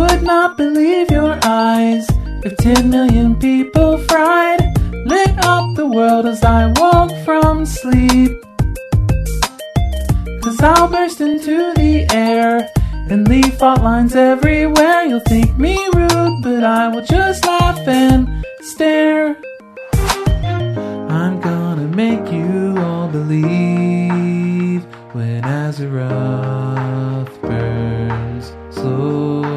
Would not believe your eyes if 10 million people fried lit up the world as I woke from sleep. Cause I'll burst into the air and leave fault lines everywhere. You'll think me rude, but I will just laugh and stare. I'm gonna make you all believe when Azeroth burns slowly.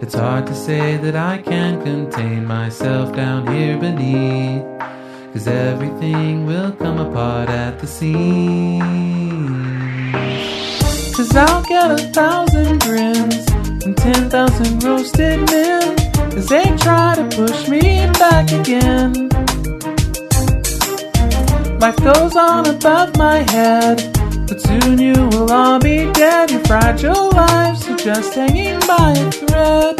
It's hard to say that I can contain myself down here beneath. Cause everything will come apart at the seams. Cause I'll get a thousand grins and ten thousand roasted men as they try to push me back again. Life goes on above my head, but soon you will all be dead. Your fragile lives are just hanging by a thread.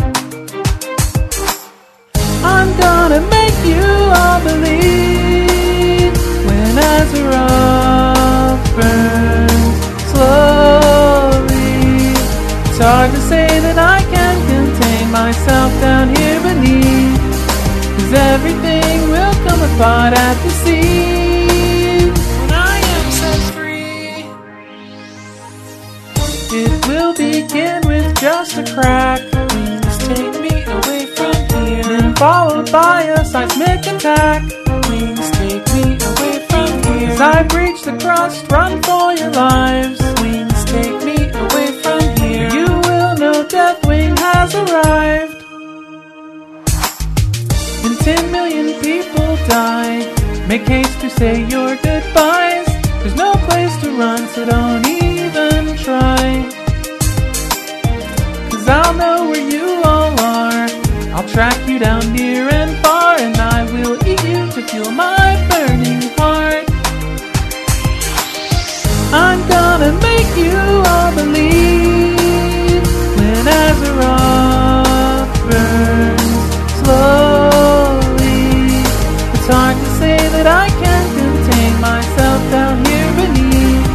I'm gonna make you all believe when Azeroth burns slowly. It's hard to say that I can contain myself down here beneath, cause everything will come apart at the seams. When I am set free, it will begin with just a crack. Please take me away from here. Then followed by a seismic attack. Please take me away from here. As I breach the crust, run for your lives. Please take me away from here. You will know Deathwing has arrived. And 10 million people die. Make haste to say your goodbyes. There's no place to run, so don't even try. Cause I'll know where you all are. I'll track you down near and far, and I will eat you to fuel my burning heart. I'm gonna make you all believe when Azeroth burns slowly. It's hard to say that I can contain myself down here beneath.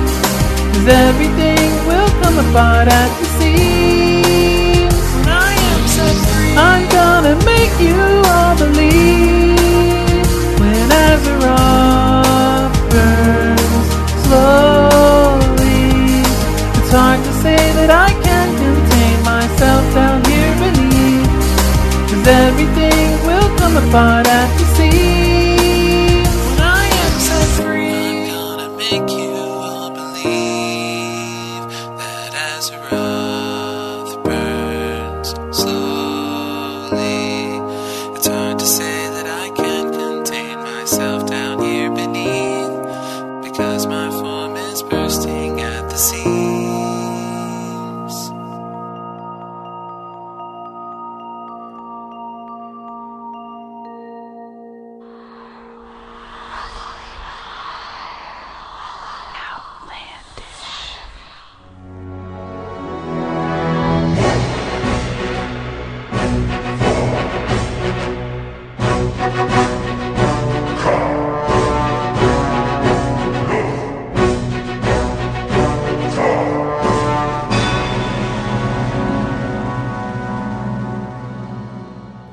Cause everything will come apart at the seams. And I am set free. I'm gonna make you all believe when Azeroth burns slowly. It's hard to say that I can contain myself down here beneath. Cause everything will come apart at the seams. When I am set free. gonna make you all believe that Azeroth burns slowly. It's hard to say that I can't contain myself down here beneath because my form is bursting at the seams.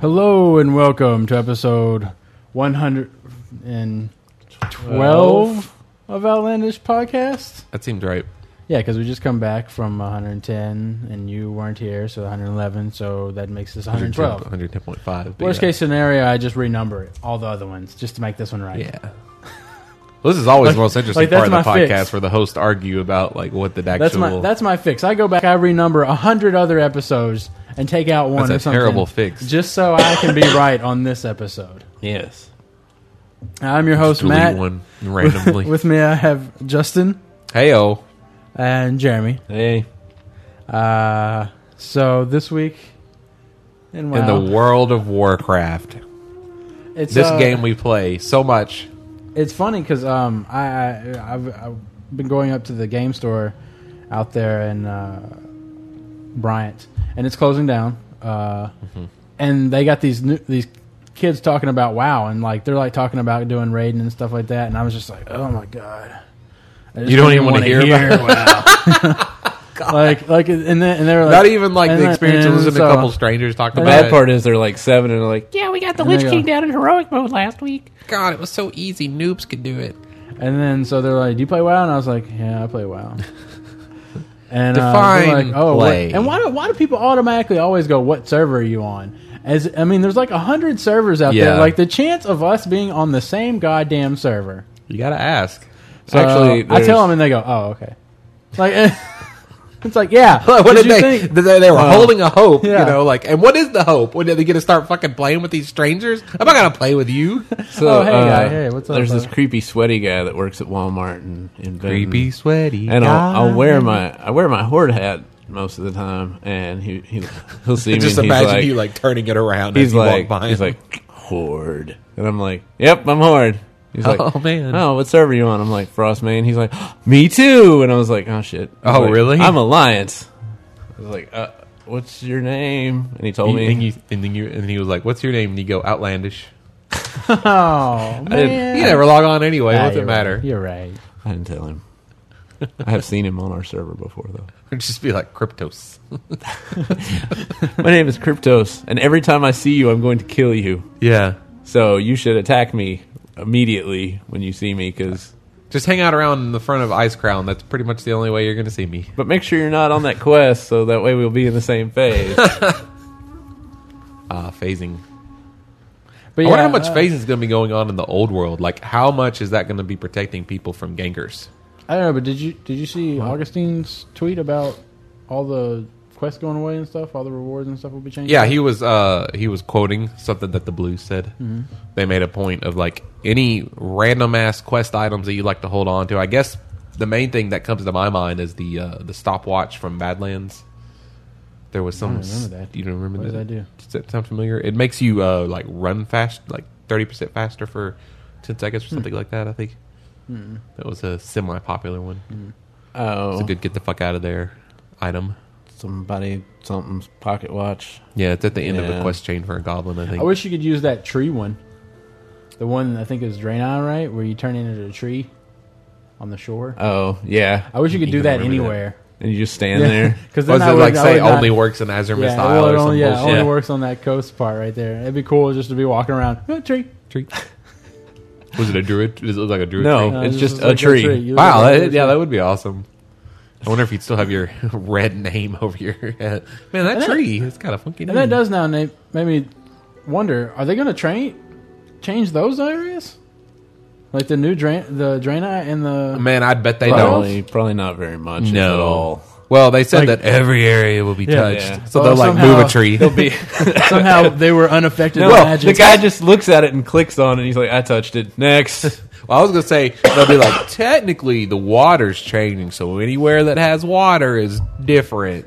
Hello and welcome to episode 112 of Outlandish Podcast. That seemed right. Yeah, because we just come back from 110 and you weren't here, so 111, so that makes this 112. 110.5. but Worst yeah. case scenario, I just renumber it, all the other ones, just to make this one right. Yeah. Well, this is always Like- the most interesting like, that's part of the my podcast fix. where the host argue about like what the actual That's my that's my fix. I go back, I renumber a hundred other episodes and take out one That's or a something. terrible fix. Just so I can be right on this episode. yes. I'm your host, Delete Matt. one randomly. With me, I have Justin Heyo. and Jeremy. Hey. Uh, so this week and In the world of Warcraft, it's, this uh, game we play so much. It's funny because um, I, I I've, I've been going up to the game store out there in uh, Bryant, and it's closing down. Uh, Mm-hmm. And they got these new, these kids talking about WoW, and like they're like talking about doing raiding and stuff like that. And I was just like, oh my god. I just You don't even wanna wanna hear about WoW. God. Like, like, and then and they were like, Not even like and the then- experience of and listening to so- a couple strangers talk the about bad it. part is they're like seven and they're like, yeah, we got the And they Lich go- King down in heroic mode last week. God, it was so easy. Noobs could do it. And then so they're like, "Do you play WoW?" And I was like, "Yeah, I play WoW." And uh, Define they're like, "Oh, what- play. and why do why do people automatically always go, "What server are you on?" As I mean, there's like a hundred servers out there. Yeah. Like the chance of us being on the same goddamn server. You gotta ask. So I Actually, tell there's- them, and they go, "Oh, okay." Like it's like, yeah. what did did, you they, think? they? They were Uh, holding a hope, yeah. you know. Like, and what is the hope? What, are they gonna start fucking playing with these strangers? I'm not gonna play with you. So, Oh, hey, uh, guy. Hey, what's up, There's this bud? creepy, sweaty guy that works at Walmart and in Benton. sweaty. Mm. And I'll, I'll wear my I wear my horde hat most of the time, and he, he he'll see me. just and he's imagine like, you like turning it around. he's as you like walk by he's him. like horde, and I'm like, yep, I'm horde. He's like, Oh, man. oh, what server you on? I'm like Frostman. He's like, me too. And I was like, oh shit. He's Oh, like, really? I'm Alliance. I was like, uh, what's your name? And he told And me. then you, and then you, and he was like, "What's your name?" And you go, "Outlandish." Oh I didn't- man, You never log on anyway. Ah, What's you're it matter? Right. You're right. I didn't tell him. I have seen him on our server before, though. Just be like Cryptos. My name is Kryptos, and every time I see you, I'm going to kill you. Yeah. So you should attack me immediately when you see me, because. Just hang out around in the front of Ice Crown. That's pretty much the only way you're going to see me. But make sure you're not on that quest, so that way we'll be in the same phase. Ah, phasing. But I wonder how yeah, much uh, phasing is going to be going on in the old world. Like, how much is that going to be protecting people from gangers? I don't know, but did you did you see Augustine's tweet about all the quests going away and stuff? All the rewards and stuff will be changed. Yeah, he was uh, he was quoting something that the Blues said. Mm-hmm. They made a point of like any random ass quest items that you like to hold on to. I guess the main thing that comes to my mind is the uh, the stopwatch from Badlands. There was some. don't remember that. You don't remember What does that? that do? Does that sound familiar? It makes you uh, like run fast, like thirty percent faster for ten seconds or Hmm. something like that. I think that was a semi popular one. It's oh, a good get the fuck out of there item. somebody, something's pocket watch. Yeah, it's at the end of Yeah. a quest chain for a goblin. I think. I wish you could use that tree one, the one I think is Draenei, right, where you turn into a tree on the shore. Oh, yeah. I wish you could You do can that remember that. anywhere. And you just stand there. because Was it like say only not, works in Azure yeah, Isle well, it or some only, yeah, it bullshit? only works on that coast part right there. It'd be cool just to be walking around "Oh, tree. Was it a druid? Is it like a druid? tree? No, No, it's Uh, it's just just a like a tree. tree. You- Wow. That, yeah, that would be awesome. I wonder if you'd still have your red name over your head. Man, that that- tree is kind of funky. And that does now na- make me wonder: Are they going to train change those areas, like the new drain, the Draenei and the Man, I bet they don't. Probably, probably not very much if at all. Well, they said that Like- every area will be touched, yeah. so Well, they'll like somehow move a tree. They'll be somehow they were unaffected by well, magic. the guy just looks at it and clicks on it. And he's like, "I touched it." Next, Well, I was gonna say they'll be like technically the water's changing, so anywhere that has water is different.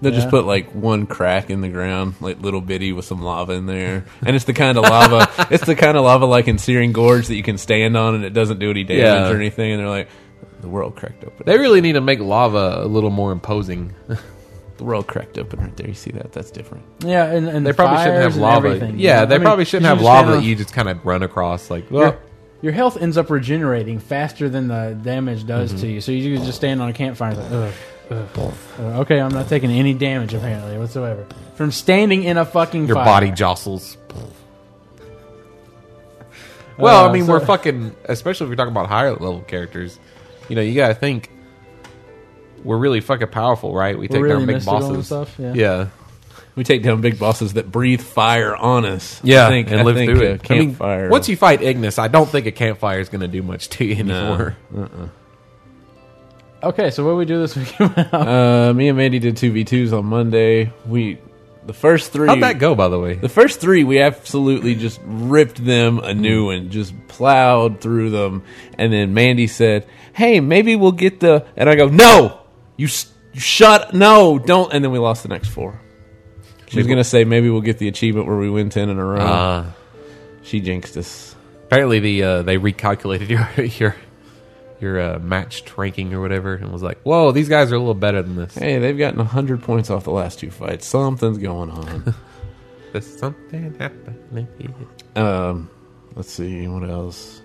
they'll just Yeah. put like one crack in the ground, like little bitty with some lava in there, and it's the kind of lava. it's the kind of lava like in Searing Gorge that you can stand on and it doesn't do any damage Yeah. or anything. And they're like, "The world cracked open. They really need to make lava a little more imposing. the world cracked open right there. You see that? That's different." yeah, and, and They probably shouldn't fires have and lava. everything. Yeah, I they mean, probably shouldn't you have just lava stand that on- you just kind of run across. Like, well, your, your health ends up regenerating faster than the damage does Mm-hmm. to you. So you can just stand on a campfire and it's like, ugh, ugh, ugh. okay, I'm not taking any damage apparently whatsoever from standing in a fucking your fire. body jostles. Well, I mean, Uh, so- we're fucking. Especially if you're talking about higher level characters, you know, you gotta think we're really fucking powerful, right? We take really down big mystical and bosses. stuff, yeah. yeah. We take down big bosses that breathe fire on us. Yeah, I think, and I live think through a it. Campfire. I mean, once you fight Ignis, I don't think a campfire is going to do much to you anymore. Okay, so what do we do this weekend? Uh, me and Mandy did two v twos on Monday. We the first three. How'd that go, by the way? The first three, we absolutely just ripped them a new one, just plowed through them. And then Mandy said, "Hey, maybe we'll get the." And I go, "No, you, s- you shut. No, don't." And then we lost the next four. She was gonna say maybe we'll get the achievement where we win ten in a row. Uh, she jinxed us. apparently, the uh, they recalculated your your your uh, matched ranking or whatever, and was like, "Whoa, these guys are a little better than this." Hey, they've gotten hundred points off the last two fights. Something's going on. There's something happening. here. Um, let's see what else.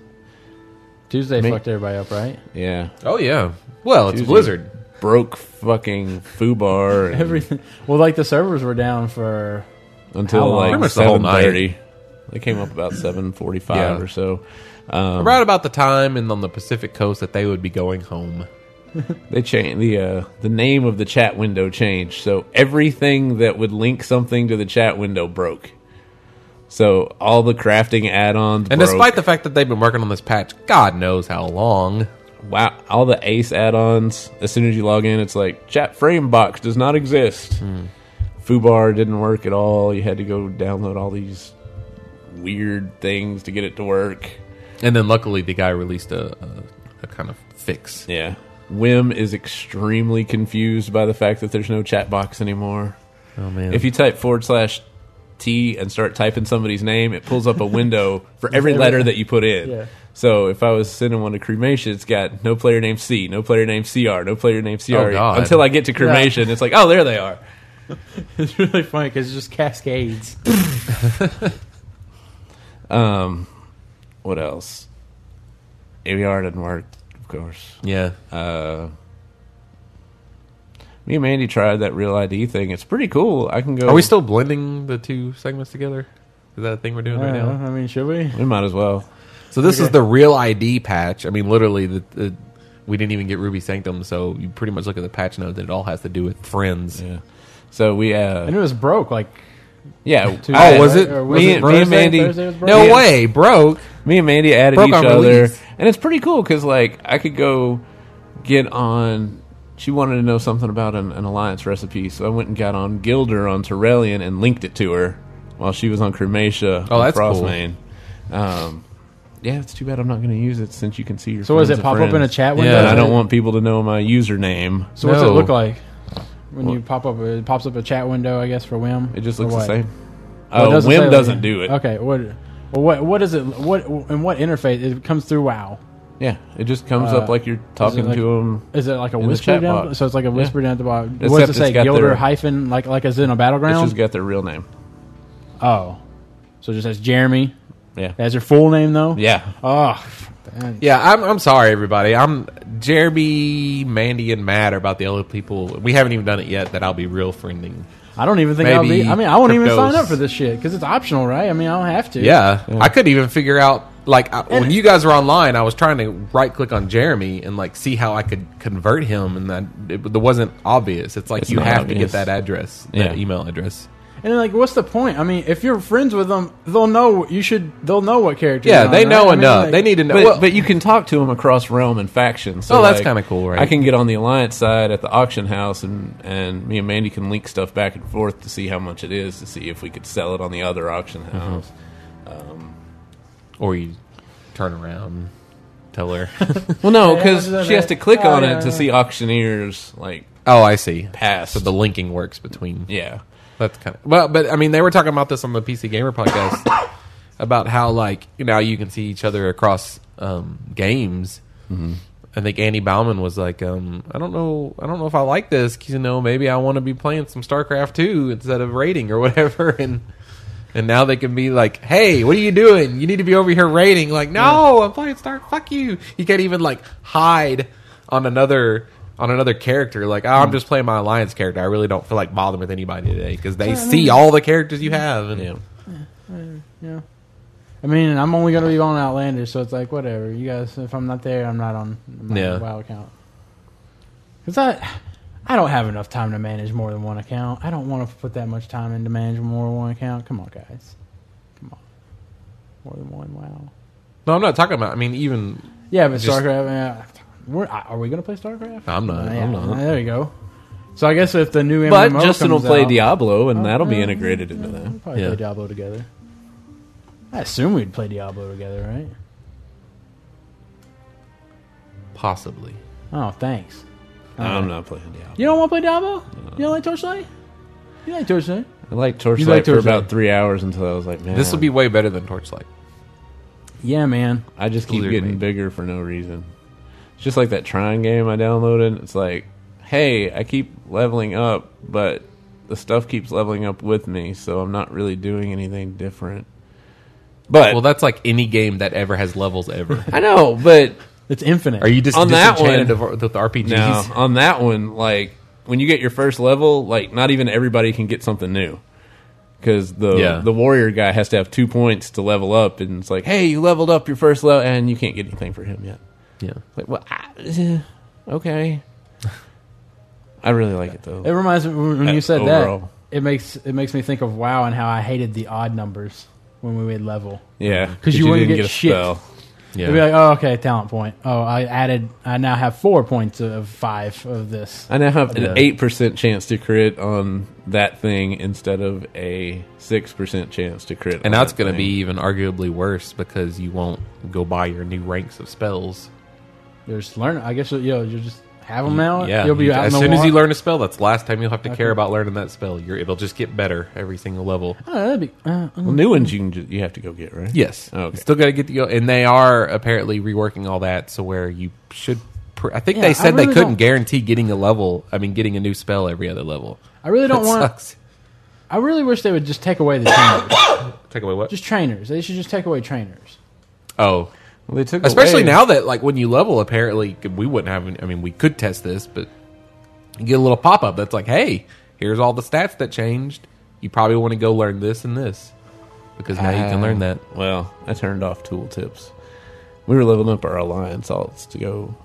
Tuesday Me- fucked everybody up, right? Yeah, Oh yeah. Well, it's Tuesday. Blizzard. broke fucking foobar and Everything. Well, like the servers were down for. How until long? Pretty like much the whole seven night. thirty. They came up about seven forty-five Yeah. or so. Right about the um, time and on the Pacific coast that they would be going home. They changed the uh, the name of the chat window changed, so everything that would link something to the chat window broke. So all the crafting add-ons And broke. despite the fact that they've been working on this patch, God knows how long. wow, all the Ace add-ons. As soon as you log in, it's like chat frame box does not exist. Hmm. Fubar didn't work at all. You had to go download all these weird things to get it to work. And then luckily, the guy released a, a, a kind of fix. Yeah. Wim is extremely confused by the fact that there's no chat box anymore. Oh man! If you type forward slash T and start typing somebody's name, it pulls up a window for every letter that you put in. Yeah. So if I was sending one to cremation, it's got no player named C, no player named CR, no player named CR. Oh, God. Until I get to cremation, it's like, oh, there they are. It's really funny because it's just cascades. Um, what else? AVR didn't work, of course. yeah, Uh, me and Mandy tried that real ID thing. It's pretty cool. I can go. are we still blending the two segments together? Is that a thing we're doing right now? I mean, should we? We might as well. So this is the real ID patch. I mean, literally, the, the, we didn't even get Ruby Sanctum, so you pretty much look at the patch note that it all has to do with friends. Yeah. So we uh And it was broke. Like, yeah. Tuesday, I- Oh, was right? it- Or me, and- me and Thursday? Mandy, Thursday was broke? No Yeah. way, broke. me and Mandy added Broke each on other, release. and it's pretty cool because like I could go get on. She wanted to know something about an, an alliance recipe, so I went and got on Gilder on Terrellian and linked it to her while she was on Cremacia. Oh, on that's cool. Frostmane. Um, yeah, it's too bad I'm not going to use it since you can see your. So was friends it of pop up in a friends. chat window? Yeah, And I don't want people to know my username. So what's it No. look like when you pop up? It pops up a chat window, I guess, for Wim. It just or looks the what? same. Well, Oh, it Wim say, like- doesn't do it. Okay, what? Well, what? What is it? What? And what interface? It comes through WoW. Yeah, it just comes Uh, up like you're talking like- to him. Is it like a the whisper chat down? box. So it's like a whisper down at the bottom. What Except does it it's say? got Gilder their- hyphen like like as in a It's battleground? just got their real name. oh, so it just says Jeremy. Yeah. That's your full name though. Yeah. Oh, Yeah, I'm, I'm sorry, everybody. I'm Jeremy, Mandy, and Matt are about the only people. We haven't even done it yet that I'll be real friending. I don't even think I'll Maybe be. I mean, I won't even Kryptos. sign up for this shit because it's optional, right? I mean, I don't have to. Yeah, I couldn't even figure out like I, when you guys were online. I was trying to right click on Jeremy and like see how I could convert him, and that it, it wasn't obvious. It's like It's you not have obvious. to get that address, Yeah. that email address. And then, like, what's the point? I mean, if you're friends with them, they'll know you should. They'll know what character. Yeah, you're on, they right? know I mean, enough. like- they need to know. But, well, but you can talk to him across realm and faction. So Oh, that's like, kinda cool, right? I can get on the alliance side at the auction house, and and me and Mandy can link stuff back and forth to see how much it is to see if we could sell it on the other auction Mm-hmm. house. or you turn around, tell her. Well, no, Yeah, because that's- she has to click oh, on yeah, it yeah. to see auctioneers like oh, I see. pass. So the linking works between. yeah, That's kind of well, but I mean, they were talking about this on the PC Gamer podcast about how like you know you can see each other across um, games. I think Andy Bauman was like, um, I don't know, I don't know if I like this. 'cause, You know, maybe I want to be playing some StarCraft two instead of raiding or whatever. And and now they can be like, Hey, what are you doing? You need to be over here raiding. Like, no, I'm playing Star. Fuck you. You can't even like hide on another. On another character, like oh, I'm Hmm. just playing my alliance character. I really don't feel like bothering with anybody today because they see all the characters you have. And Yeah. I mean, I'm only gonna be on Outlander, so it's like whatever. You guys, if I'm not there, I'm not on my Yeah. WoW account. Cause I, I don't have enough time to manage more than one account. I don't want to put that much time into managing more than one account. Come on, guys. Come on. More than one. Wow. no, I'm not talking about. I mean, even Yeah, but Just- StarCraft. Yeah, we're, are we gonna play StarCraft? I'm not. Yeah, I'm not. There you go. So I guess if the new but MMO Justin will comes play out, Uh, Diablo, and that'll be yeah. integrated into that. We'll probably Yeah. play Diablo together. I assume we'd play Diablo together, right? Possibly. Oh, thanks. I'm not playing Diablo. You don't want to play Diablo? You don't like Torchlight? You like Torchlight? I liked Torchlight like for Torchlight? about three hours until I was like, man, This will be way better than Torchlight. Yeah, man. I just keep Clear getting me. bigger for no reason. It's just like that Trine game I downloaded. It's like, hey, I keep leveling up, but the stuff keeps leveling up with me, so I'm not really doing anything different. But Well, that's like any game that ever has levels ever. I know, but It's infinite. Are you just On that disenchanted one- of- with the RPGs? Now, on that one, like when you get your first level, like not even everybody can get something new. Because the Yeah. the warrior guy has to have two points to level up, and it's like, hey, you leveled up your first level, and you can't get anything for him yet. Yeah. Like, well, I, eh, okay. I really like it though. It reminds me when Uh, you said overall. that. It makes it makes me think of WoW and how I hated the odd numbers when we made level. Yeah, 'Cause you wouldn't didn't get shit. Yeah. It'd be like, oh, okay, talent point. Oh, I added. I now have four points of five of this. I now have Yeah. an eight percent chance to crit on that thing instead of a six percent chance to crit. on and that's that going to thing. be even arguably worse because you won't go buy your new ranks of spells. You're just learning. I guess you know, you just have them now. Yeah. Uh, you'll be you- out as in the soon as you wild. learn a spell, that's the last time you'll have to care about learning that spell. You're, it'll just get better every single level. Oh, that'd be, uh, Well, new ones you can ju- you have to go get right. Oh, Yes. Okay. Still got to get the and they are apparently reworking all that so where you should. Pr- I think Yeah, I they said really they couldn't don't- guarantee getting a level. I mean, getting a new spell every other level. I really don't That want. sucks. I really wish they would just take away the trainers. Take away what? just trainers. They should just take away trainers. oh, Well, they took especially away- now that like when you level, apparently we wouldn't have. any- I mean, we could test this, but you get a little pop up that's like, "Hey, here's all the stats that changed. You probably want to go learn this and this because now you can learn that." Um, Well, I turned off tooltips. We were leveling up our alliance salts to go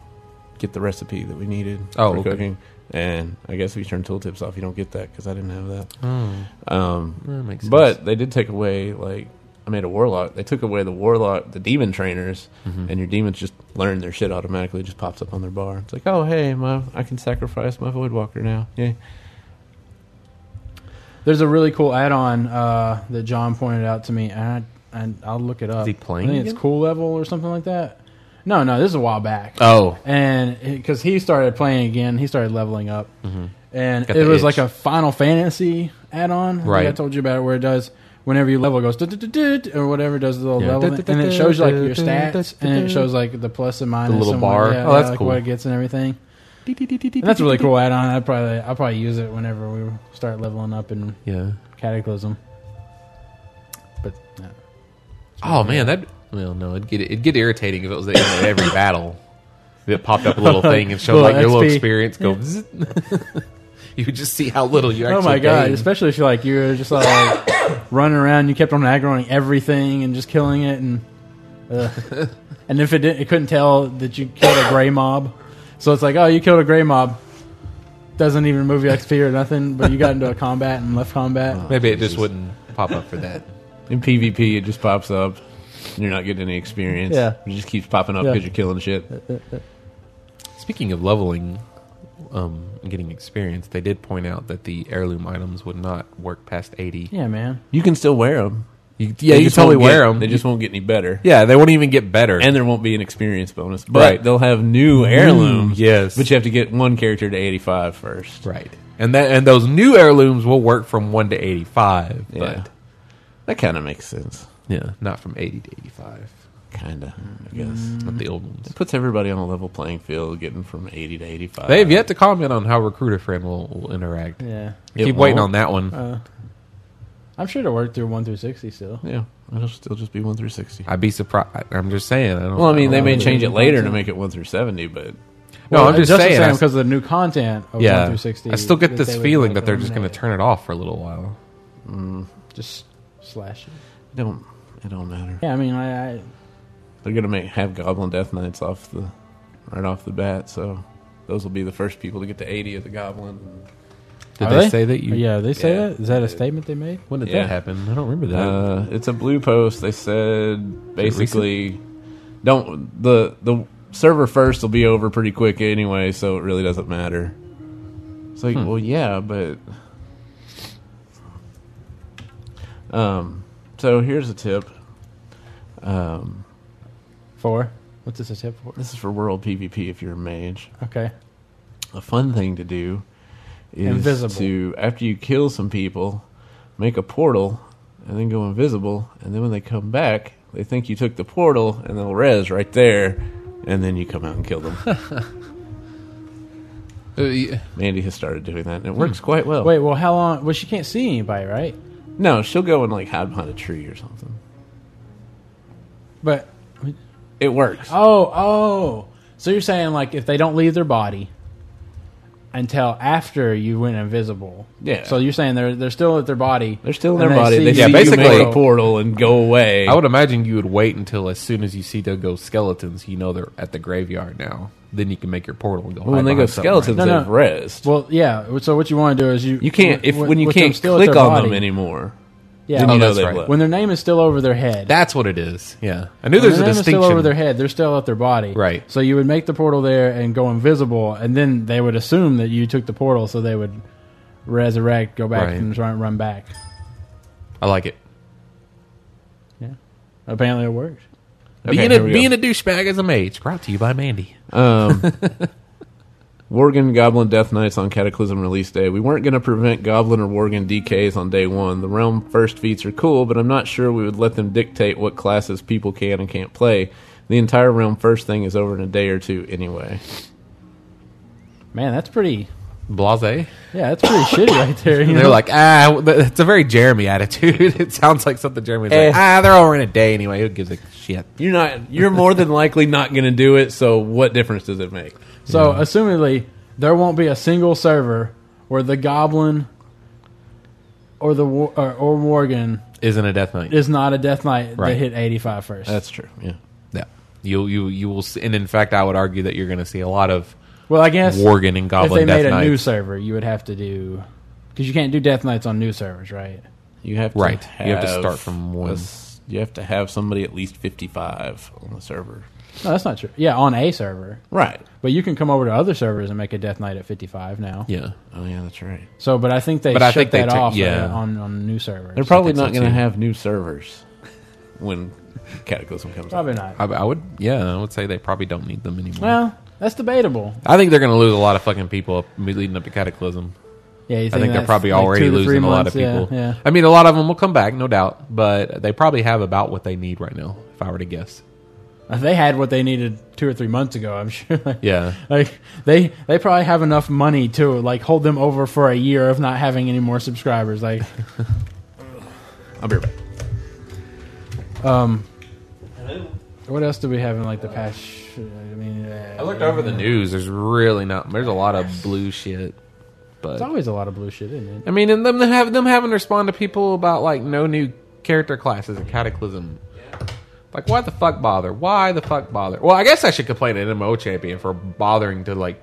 get the recipe that we needed Oh, for okay. cooking, and I guess if you turn tooltips off, you don't get that because I didn't have that. Oh. Um, That makes sense. But they did take away like I made a warlock. They took away the warlock, the demon trainers, Mm-hmm. and your demons just learn their shit automatically. It just pops up on their bar. It's like, oh hey, my I can sacrifice my void walker now. Yeah, There's a really cool add-on uh, that John pointed out to me, and I, and I'll look it up. he playing I think it's again? Cool Level or something like that. No, no, this is a while back. oh, and because he started playing again, he started leveling up, Mm-hmm. and Got it the was itch. like a Final Fantasy add-on. I think I Right. told you about it, where it does whenever you level it goes "Du-du-du-du-du," or whatever does the little Yeah. level, thing, and it shows you like your stats, and it shows like the plus and minus, little and bar. what, yeah, Oh, that's yeah, like cool. What it gets and everything. And that's a really cool add-on. I probably I'll probably use it whenever we start leveling up in yeah. Cataclysm. But yeah. Oh man, that well no, it'd get it'd get irritating if it was at the end of every battle. It popped up a little thing and showed Little like your little XP. experience go. zzz. you would just see how little you. oh actually my god! gained. Especially if you like you were just like running around, you kept on aggroing everything and just killing it, and uh, and if it didn't, it couldn't tell that you killed a gray mob, so it's like oh you killed a gray mob, doesn't even move your XP or nothing, but you got into a combat and left combat. Maybe it just wouldn't pop up for that. in PvP it just pops up. and You're not getting any experience. Yeah. it just keeps popping up Yeah. because you're killing shit. Speaking of leveling, um, and getting experience, they did point out that the heirloom items would not work past eighty. Yeah, man. You can still wear them. You, yeah, you just totally won't get- wear 'em. They just won't get any better. Yeah, they won't even get better. And there won't be an experience bonus, but Right. they'll have new heirlooms. yes. but you have to get one character to eighty-five first. right, and that and those new heirlooms will work from one to eighty five, Yeah. but That kind of makes sense, yeah, not from eighty to eighty five. kind of. I guess Not the old ones. puts everybody on a level playing field, getting from eighty to eighty-five. They have yet to comment on how Recruiter Friend will, will interact. Yeah, Uh, It Keep waiting won't. on that one. I'm sure to work through one through sixty still. Yeah, it'll still just be one through sixty. I'd be surprised. I'm just saying. I don't, Well, I mean, they don't may know. change it later to make it one through seventy, but No, I'm just saying. I, because of the new content. Of yeah, one through sixty. I still get that this they would, feeling like, that they're just going to eliminate turn it off for a little while. it. just slash it. it don't it don't matter. Yeah, I mean, I, I They're gonna make have Goblin Death Knights off the right off the bat, so those will be the first people to get to eighty of the Goblin. Did Are they, say that you? Yeah, they say Yeah. that. Is that a statement they made? When did Yeah. that happen? I don't remember that. Uh, it's a blue post. They said basically, don't the the server first will be over pretty quick anyway, so it really doesn't matter. It's like, well, yeah, but um, so here's a tip. Um, Four. What's this a tip for? this is for world PvP if you're a mage. Okay. a fun thing to do is Invisible. to after you kill some people, make a portal and then go invisible, and then when they come back, they think you took the portal and they'll res right there, and then you come out and kill them. Uh, y- Mandy has started doing that, and it works quite well. Wait, well, how long? Well, she can't see anybody, right? No, she'll go and like hide behind a tree or something. But It works. oh, oh, So you're saying like if they don't leave their body until after you went invisible. Yeah. So you're saying they're they're still at their body. They're still in and their body. see They you yeah, Yeah, basically basically- make a portal and go away. I would imagine you would wait until as soon as you see the ghost skeletons, you know they're at the graveyard now. Then you can make your portal and go. Oh, hide when they go behind something, skeletons, right? No, no. they've rest. Well, yeah. So what you want to do is you you can't if with- when you with them can't still at click their on them body- anymore. Yeah. Then you Oh, know that's they've right. left. when their name is still over their head. That's what it is. Yeah, I knew When there's a their name distinction. Is still over their head. They're still at their body. Right. So you would make the portal there and go invisible, and then they would assume that you took the portal, so they would resurrect, go back, Right. and try and run back. I like it. Apparently, it worked. Okay, being here a we go. being a douchebag as a mage. Brought to you by Mandy. Um, Worgen Goblin Death Knights on Cataclysm release day. We weren't going to prevent Goblin or Worgen DKs on day one. The Realm First feats are cool, but I'm not sure we would let them dictate what classes people can and can't play. The entire Realm First thing is over in a day or two anyway. Man, that's pretty. Blase. Yeah, that's pretty shitty right there. You And they're know? like, ah, th- it's a very Jeremy attitude. It sounds like something Jeremy's Eh. like, ah, they're over in a day anyway. Who gives a shit? You're not. You're more than likely not going to do it. So what difference does it make? So, assumedly, there won't be a single server where the goblin or the Wa- or, or Morgan Isn't a death knight. is not a death knight that Right. hit 85 first. That's true. Yeah. Yeah. You you you will see, and in fact, I would argue that you're going to see a lot of well, I guess Worgen and if Goblin they made Death a new Knights. server, you would have to do because you can't do death knights on new servers, right? You have to Right. Have You have to start from one. a s- You have to have somebody at least 55 on the server. No, that's not true. Yeah, on a server, Right. but you can come over to other servers and make a death knight at 55 now. Yeah, Oh yeah, that's right. So, but I think they But I shut think they that took- off uh, yeah. on on new servers. They're probably think so, not going to too. have new servers when Cataclysm comes. out. probably not. I, I would. Yeah, I would say they probably don't need them anymore. Well, that's debatable. I think they're going to lose a lot of fucking people up, leading up to Cataclysm. Yeah, you I think they're that's probably like already two to three losing a lot of months? Yeah, people. Yeah, I mean, a lot of them will come back, no doubt, but they probably have about what they need right now, if I were to guess. If they had what they needed two or three months ago. I'm sure. Yeah. Like they they probably have enough money to like hold them over for a year of not having any more subscribers. Like I'll be right back. Um, what else do we have in like the past? sh- I mean, uh, I looked over the news. There's really not. There's a lot of blue shit, It's but always a lot of blue shit, isn't it? I mean, and them have them having to respond to people about like no new character classes in Cataclysm. Like, why the fuck bother? Why the fuck bother? Well, I guess I should complain to MMO Champion for bothering to like,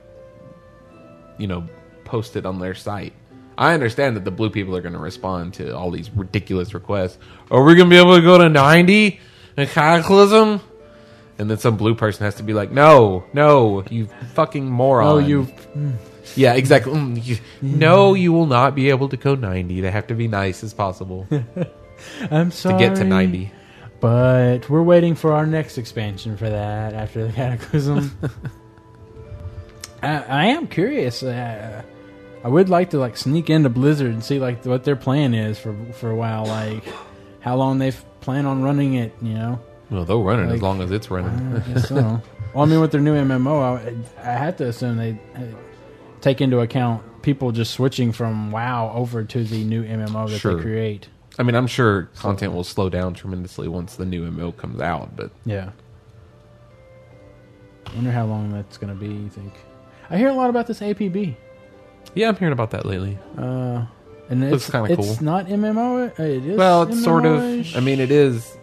you know, post it on their site. I understand that the blue people are going to respond to all these ridiculous requests. Are we going to be able to go to ninety in Cataclysm? And then some blue person has to be like, "No, no, you fucking moron! Oh, you Yeah, exactly. Mm, you- no, you will not be able to go 90. They have to be nice as possible to I'm sorry. get to 90. But we're waiting for our next expansion for that after the Cataclysm. I, I am curious. Uh, I would like to like sneak into Blizzard and see like what their plan is for for a while, like how long they plan on running it. You know, Well, they'll run it Like- uh, as long as it's running. I guess so. well, I mean, with their new MMO, I, I had to assume they uh, take into account people just switching from WoW over to the new MMO that Sure. they create. I mean, I'm sure content will slow down tremendously once the new MMO comes out, but Yeah. Wonder how long that's going to be. You think? I hear a lot about this APB, yeah, I'm hearing about that lately. and it's Looks kinda it's cool. not MMO. uh, It is Well, it's sort of. MMO-ish. I mean, it is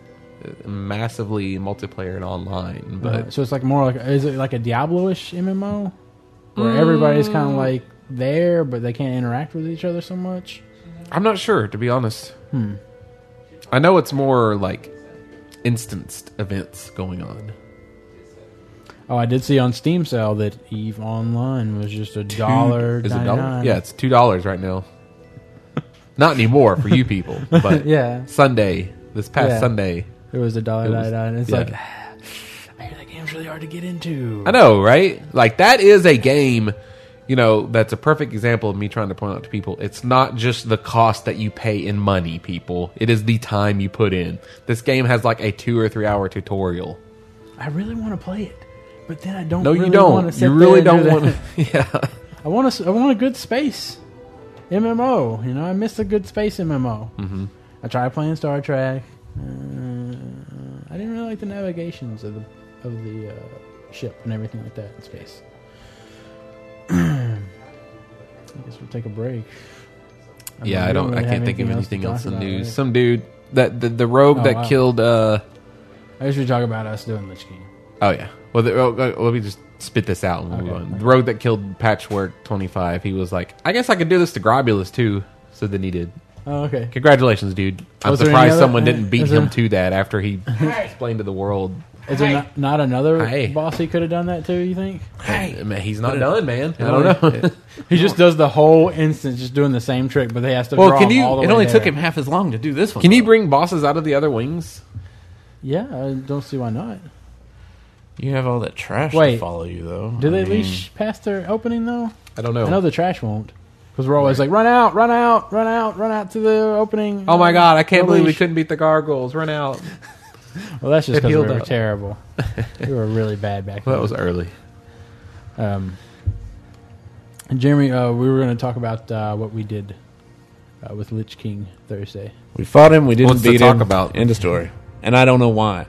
uh, massively multiplayer and online, Uh, but so it's like more like is it like a Diablo-ish MMO where everybody's kind of like there, but they can't interact with each other so much. I'm not sure, to be honest. Hmm. I know it's more like instanced events going on. Oh, I did see on Steam sale that Eve Online was just a dollar. Is it a dollar? 99. Yeah, it's two dollars right now. Not anymore for you people, but yeah. Sunday, this past Yeah. Sunday. It was a dollar. It was- 99. It's yeah. like I hear that game's really hard to get into. I know, right? Like that is a game, you know, that's a perfect example of me trying to point out to people. It's not just the cost that you pay in money, people. It is the time you put in. This game has like a two or three hour tutorial. I really want to play it, but then I don't. No, really you wanna don't. sit You really there and don't do want that. to. Yeah. I want a, s- I want a good space MMO. You know, I miss a good space MMO. Mm-hmm. I tried playing Star Trek. Uh, I didn't really like the navigations of the of the uh, ship and everything like that in space. I guess we'll take a break. mean, yeah, we I don't. really I have can't think of anything to else talk in about, news. right? Some dude that the, the rogue Oh, that wow. killed. uh I guess we talk about us doing Lich King. Oh yeah. Well, the, oh, uh, let me just spit this out and we'll move Okay. on. The rogue that killed Patchwork Twenty Five. He was like, I guess I could do this to Grobulus too. So then he did. Oh, okay. Congratulations, dude. I'm Was there any surprised other- someone didn't beat is there- him to that after he explained to the world. Is there not, not another Hey. boss he could have done that to? You think? Hey, man, he's not done, man. I don't know. He just does the whole instance, just doing the same trick, but they have to. Well, draw can him you? all the It way only took there. him half as long to do this one. Can you bring bosses out of the other wings? Yeah, I don't see why not. You have all that trash to Wait. follow you, though. Do they I mean, reach past their opening though? I don't know. I know the trash won't, because we're always like, run out, run out, run out, run out to the opening. oh my god, I can't No believe we leash. couldn't beat the gargoles. Run out. Well, that's just It because we healed were up. terrible. we were really bad back Well, then. that was early. Um, and Jeremy, uh, we were going to talk about uh, what we did uh, with Lich King Thursday. We fought him. We didn't What's to beat talk him. about? End of story. And I don't know why.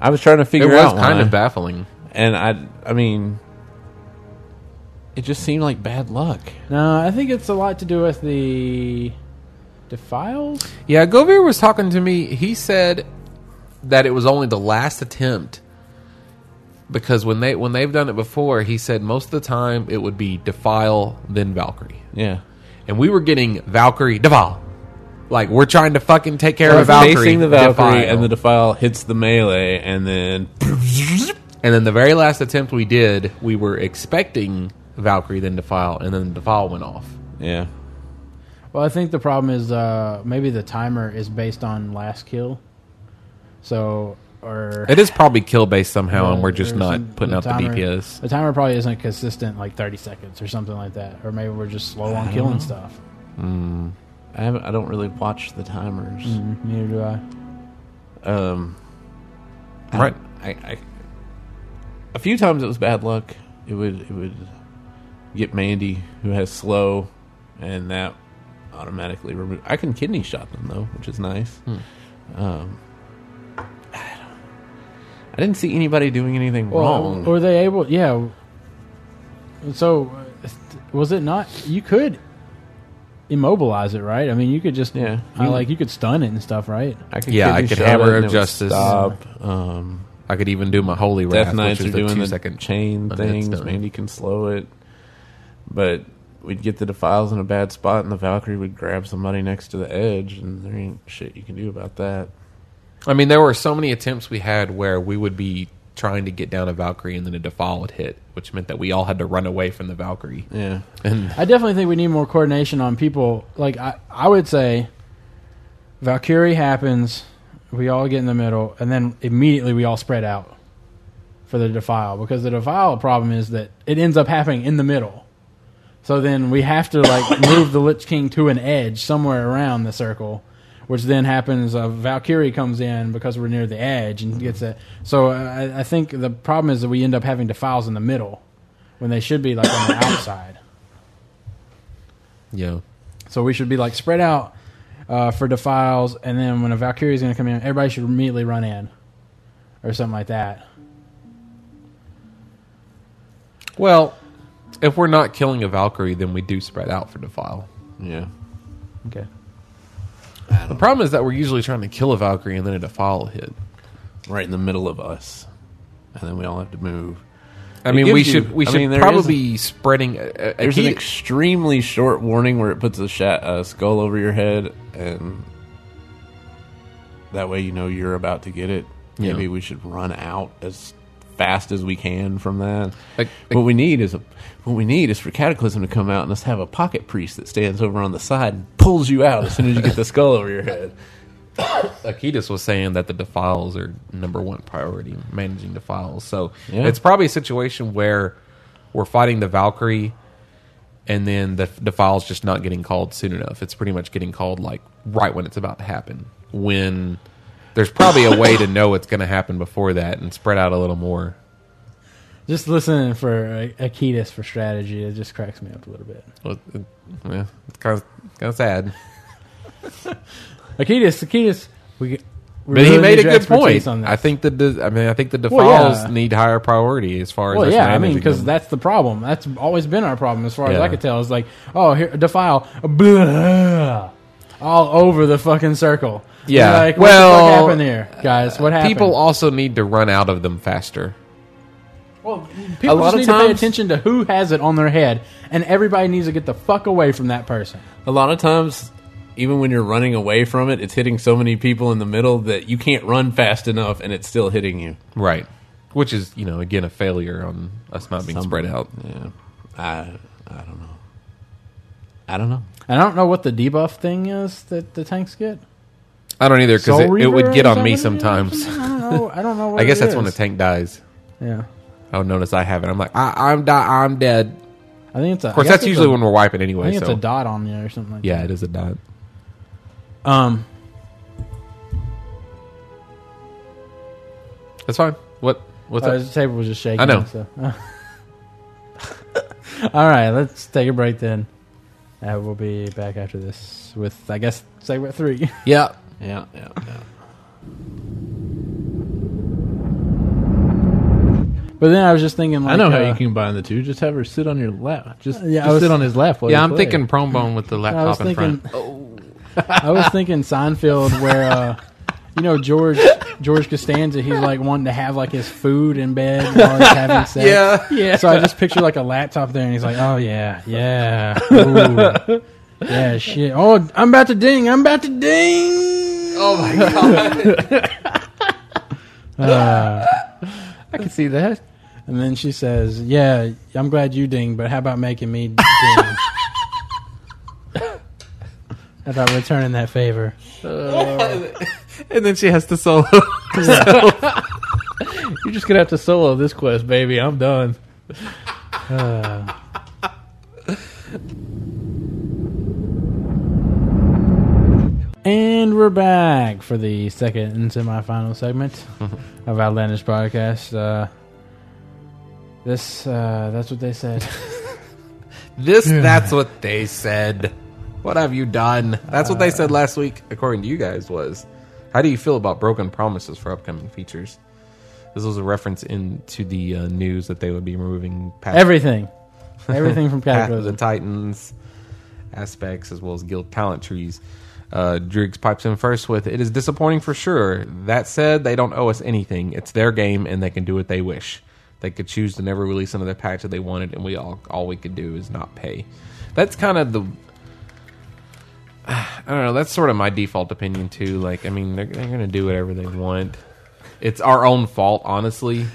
I was trying to It figure was out kind why, of baffling. and I. I mean, it just seemed like bad luck. No, I think it's a lot to do with the defiles. Yeah, Govir was talking to me. He said that it was only the last attempt because when they when they've done it before, he said most of the time it would be defile then Valkyrie, Yeah. and we were getting Valkyrie defile. Like we're trying to fucking take care of Valkyrie, facing the Valkyrie, Defile. and the defile hits the melee, and then And then the very last attempt we did, we were expecting Valkyrie then defile, and then defile went off. yeah. Well, I think the problem is uh, maybe the timer is based on last kill. So, or It is probably kill based somehow, and Uh, we're just there's not some- putting out timer- the DPS. The timer probably isn't consistent, like thirty seconds or something like that, or maybe we're just slow on killing stuff. I haven't. I don't really watch the timers. Mm, Neither do I. Um, I Right. I, I, a few times it was bad luck. It would it would get Mandy who has slow, and that automatically remove. I can kidney shot them though, which is nice. Um, I, don't, I didn't see anybody doing anything wrong. Were they able? Yeah. So, uh, was it not? You could immobilize it, right? I mean, you could just Yeah. I, like you could stun it and stuff, right? I could Yeah, I kidney could shot hammer it and of it would justice. Stop. Um, I could even do my holy Death wrath, Knights which are is the doing two the second chain and it's things. done. Mandy can slow it, but we'd get the defiles in a bad spot, and the Valkyrie would grab somebody next to the edge, and there ain't shit you can do about that. I mean, there were so many attempts we had where we would be trying to get down a Valkyrie and then a Defile would hit, which meant that we all had to run away from the Valkyrie. Yeah, And I definitely think we need more coordination on people. Like I, I would say, Valkyrie happens, we all get in the middle, and then immediately we all spread out for the defile because the defile problem is that it ends up happening in the middle. So then we have to like move the Lich King to an edge somewhere around the circle, which then happens. Uh, Valkyrie comes in because we're near the edge and gets it. So uh, I, I think the problem is that we end up having defiles in the middle when they should be like on the outside. yeah, So we should be like spread out uh, for defiles, and then when a Valkyrie is going to come in, everybody should immediately run in, or something like that. well, if we're not killing a Valkyrie, then we do spread out for Defile. yeah. Okay. The problem is that we're usually trying to kill a Valkyrie and then a Defile will hit. Right in the middle of us, and then we all have to move. I It mean, we gives you- should we I should mean, there is probably a- be spreading. A, a- a There's an key- extremely short warning where it puts a, sha a skull over your head, and that way you know you're about to get it. Yeah. Maybe we should run out as fast as we can from that. Like- what we need is a, what we need is for Cataclysm to come out and us have a pocket priest that stands over on the side and pulls you out as soon as you get the skull over your head. Akitas was saying that the defiles are number one priority, managing defiles. So Yeah. it's probably a situation where we're fighting the Valkyrie, and then the defiles just not getting called soon enough. It's pretty much getting called like right when it's about to happen. When there's probably a way to know it's going to happen before that and spread out a little more. Just listening for uh, Akitas for strategy, it just cracks me up a little bit. Well, it- yeah, it's kind of kind of sad. Akitas, Akitas, we we But he made really a need your good expertise point. on this. I think that the I mean I think the defiles Well, yeah. need higher priority as far as Well, us yeah, I mean, managing because them. that's the problem. That's always been our problem, as far as Yeah. I could tell. It's like, oh, here, defile, blah, all over the fucking circle. Yeah. Like, what the Well, fuck happened here, guys? What happened? people also need to run out of them faster. well, people a just lot of need to pay times- attention to who has it on their head, and everybody needs to get the fuck away from that person. A lot of times, even when you're running away from it, it's hitting so many people in the middle that you can't run fast enough, and it's still hitting you. Right. Which is, you know, again a failure on us not being spread out. Yeah, I I don't know. I don't know. And I don't know what the debuff thing is that the tanks get. I don't either because Soul it, it Reaver, would get is on that me what it is? sometimes. I don't know. I don't know. What I guess it that's when a is. tank dies. Yeah, I would notice I have it. I'm like, I, I'm di- I'm dead. Of I think it's. A, of course, that's usually when we're wiping I anyway. think it's So a dot on there or something. Like yeah, it is a dot. That. Um. That's fine. What what's Oh, up? the table was just shaking. I know. so- All right, let's take a break then. Uh, we'll be back after this with, I guess, segment three. Yeah. Yeah, yeah, yeah. but then I was just thinking, like, I know how uh, you combine the two. Just have her sit on your lap. Just, Yeah, I just was- sit on his lap. While Yeah, you I'm play. thinking Prombone with the I laptop was in thinking, oh. front. I was thinking Seinfeld, where uh, you know George George Costanza, he's like wanting to have like his food in bed while he's having sex. Yeah. yeah. So I just picture like a laptop there, and he's like, "Oh yeah, yeah, ooh, yeah, shit. Oh, I'm about to ding. I'm about to ding. Oh my god. I can see that. And then she says, "Yeah, I'm glad you dinged, but how about making me ding? how about returning that favor?" and then she has to solo. You're just gonna have to solo this quest, baby. I'm done. Uh. And we're back for the second and semifinal segment of Outlandish Podcast. Uh, this, uh, that's what they said. This that's what they said. What have you done? That's what they said last week, according to you guys, was how do you feel about broken promises for upcoming features? This was a reference into the uh, news that they would be removing past Everything, everything from Path of the Cataclysm. Titans aspects as well as guild talent trees. Uh, Driggs pipes in first with, "It is disappointing for sure. That said, they don't owe us anything. It's their game, and they can do what they wish. They could choose to never release another patch if they wanted, and we all all we could do is not pay. That's kind of the." I don't know. That's sort of my default opinion too. Like, I mean, they're, they're going to do whatever they want. It's our own fault, honestly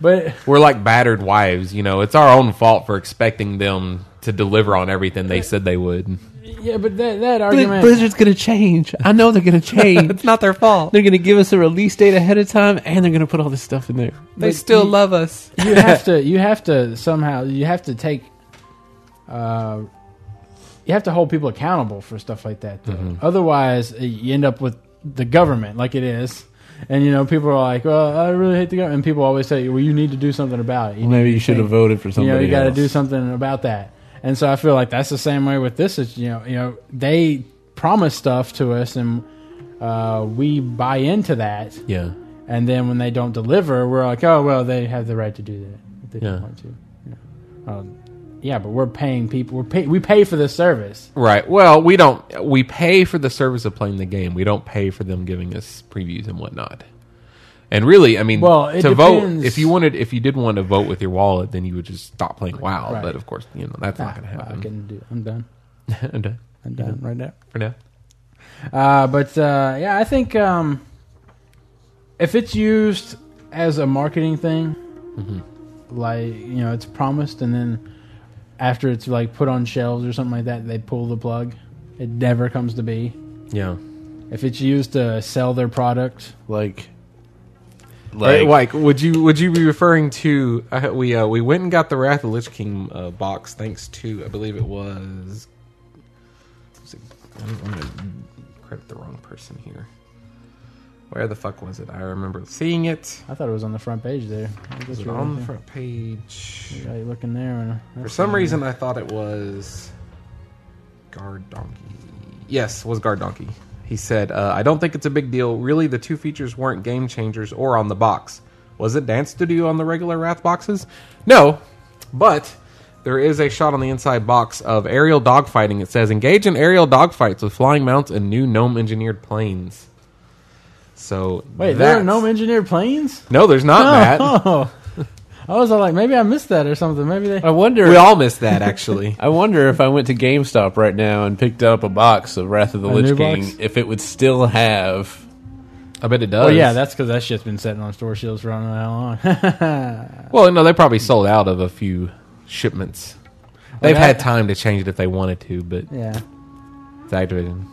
But we're like battered wives, you know. It's our own fault for expecting them to deliver on everything they said they would. yeah, but that that argument. Blizzard's gonna change. I know they're gonna change. not their fault. they're gonna give us a release date ahead of time, and they're gonna put all this stuff in there. They still love us. you have to you have to somehow you have to take uh you have to hold people accountable for stuff like that though. Mm-hmm. otherwise uh, you end up with the government like it is and you know people are like well i really hate the government and people always say well you need to do something about it you, Maybe you should have voted for you somebody. know you got to else. do something about that and so i feel like that's the same way with this is you know you know they promise stuff to us and uh, we buy into that Yeah. and then when they don't deliver, we're like, oh well, they have the right to do that. If they Yeah. don't want to. Yeah. Um, yeah, but we're paying people. We're pay, we pay for this service. Right. Well, we don't. We pay for the service of playing the game. We don't pay for them giving us previews and whatnot. And really, I mean, Well, to it vote, depends. if you wanted, if you did want to vote with your wallet, then you would just stop playing WoW. Right. But of course, you know that's not going to Ah, I happen. couldn't do. I'm done. I'm done I'm done right now. for now. Uh, but uh, yeah, I think um, if it's used as a marketing thing, like you know, it's promised, and then after it's like put on shelves or something like that, they pull the plug. It never comes to be. Yeah. If it's used to sell their product, like, Right, Uh, like Like, would you would you be referring to uh, we uh, we went and got the Wrath of Lich King uh, box thanks to I believe it was. was it- I don't want to credit the wrong person here. Where the fuck was it? I remember seeing it. I thought it was on the front page there. I guess Was it you're on right the there. front page? Yeah, you looking there. and- For that's some fine. reason, I thought it was Guard Donkey. Yes, was Guard Donkey. He said, uh, I don't think it's a big deal. Really, the two features weren't game changers or on the box. Was it Dance Studio on the regular Wrath boxes? No, but there is a shot on the inside box of aerial dogfighting. It says, engage in aerial dogfights with flying mounts and new gnome engineered planes. So Wait, there are that's- no engineered planes? no, there's not that. Oh. I was all like, maybe I missed that or something. Maybe they. I wonder. We all missed that actually. I wonder if I went to GameStop right now and picked up a box of Wrath of the A new Lich King, box? if it would still have. I bet it does. Well, Oh, yeah, that's because that shit's been sitting on store shelves for I don't know how long. Well, no, they probably sold out of a few shipments. They've Like, I- had time to change it if they wanted to, but yeah. it's Activision.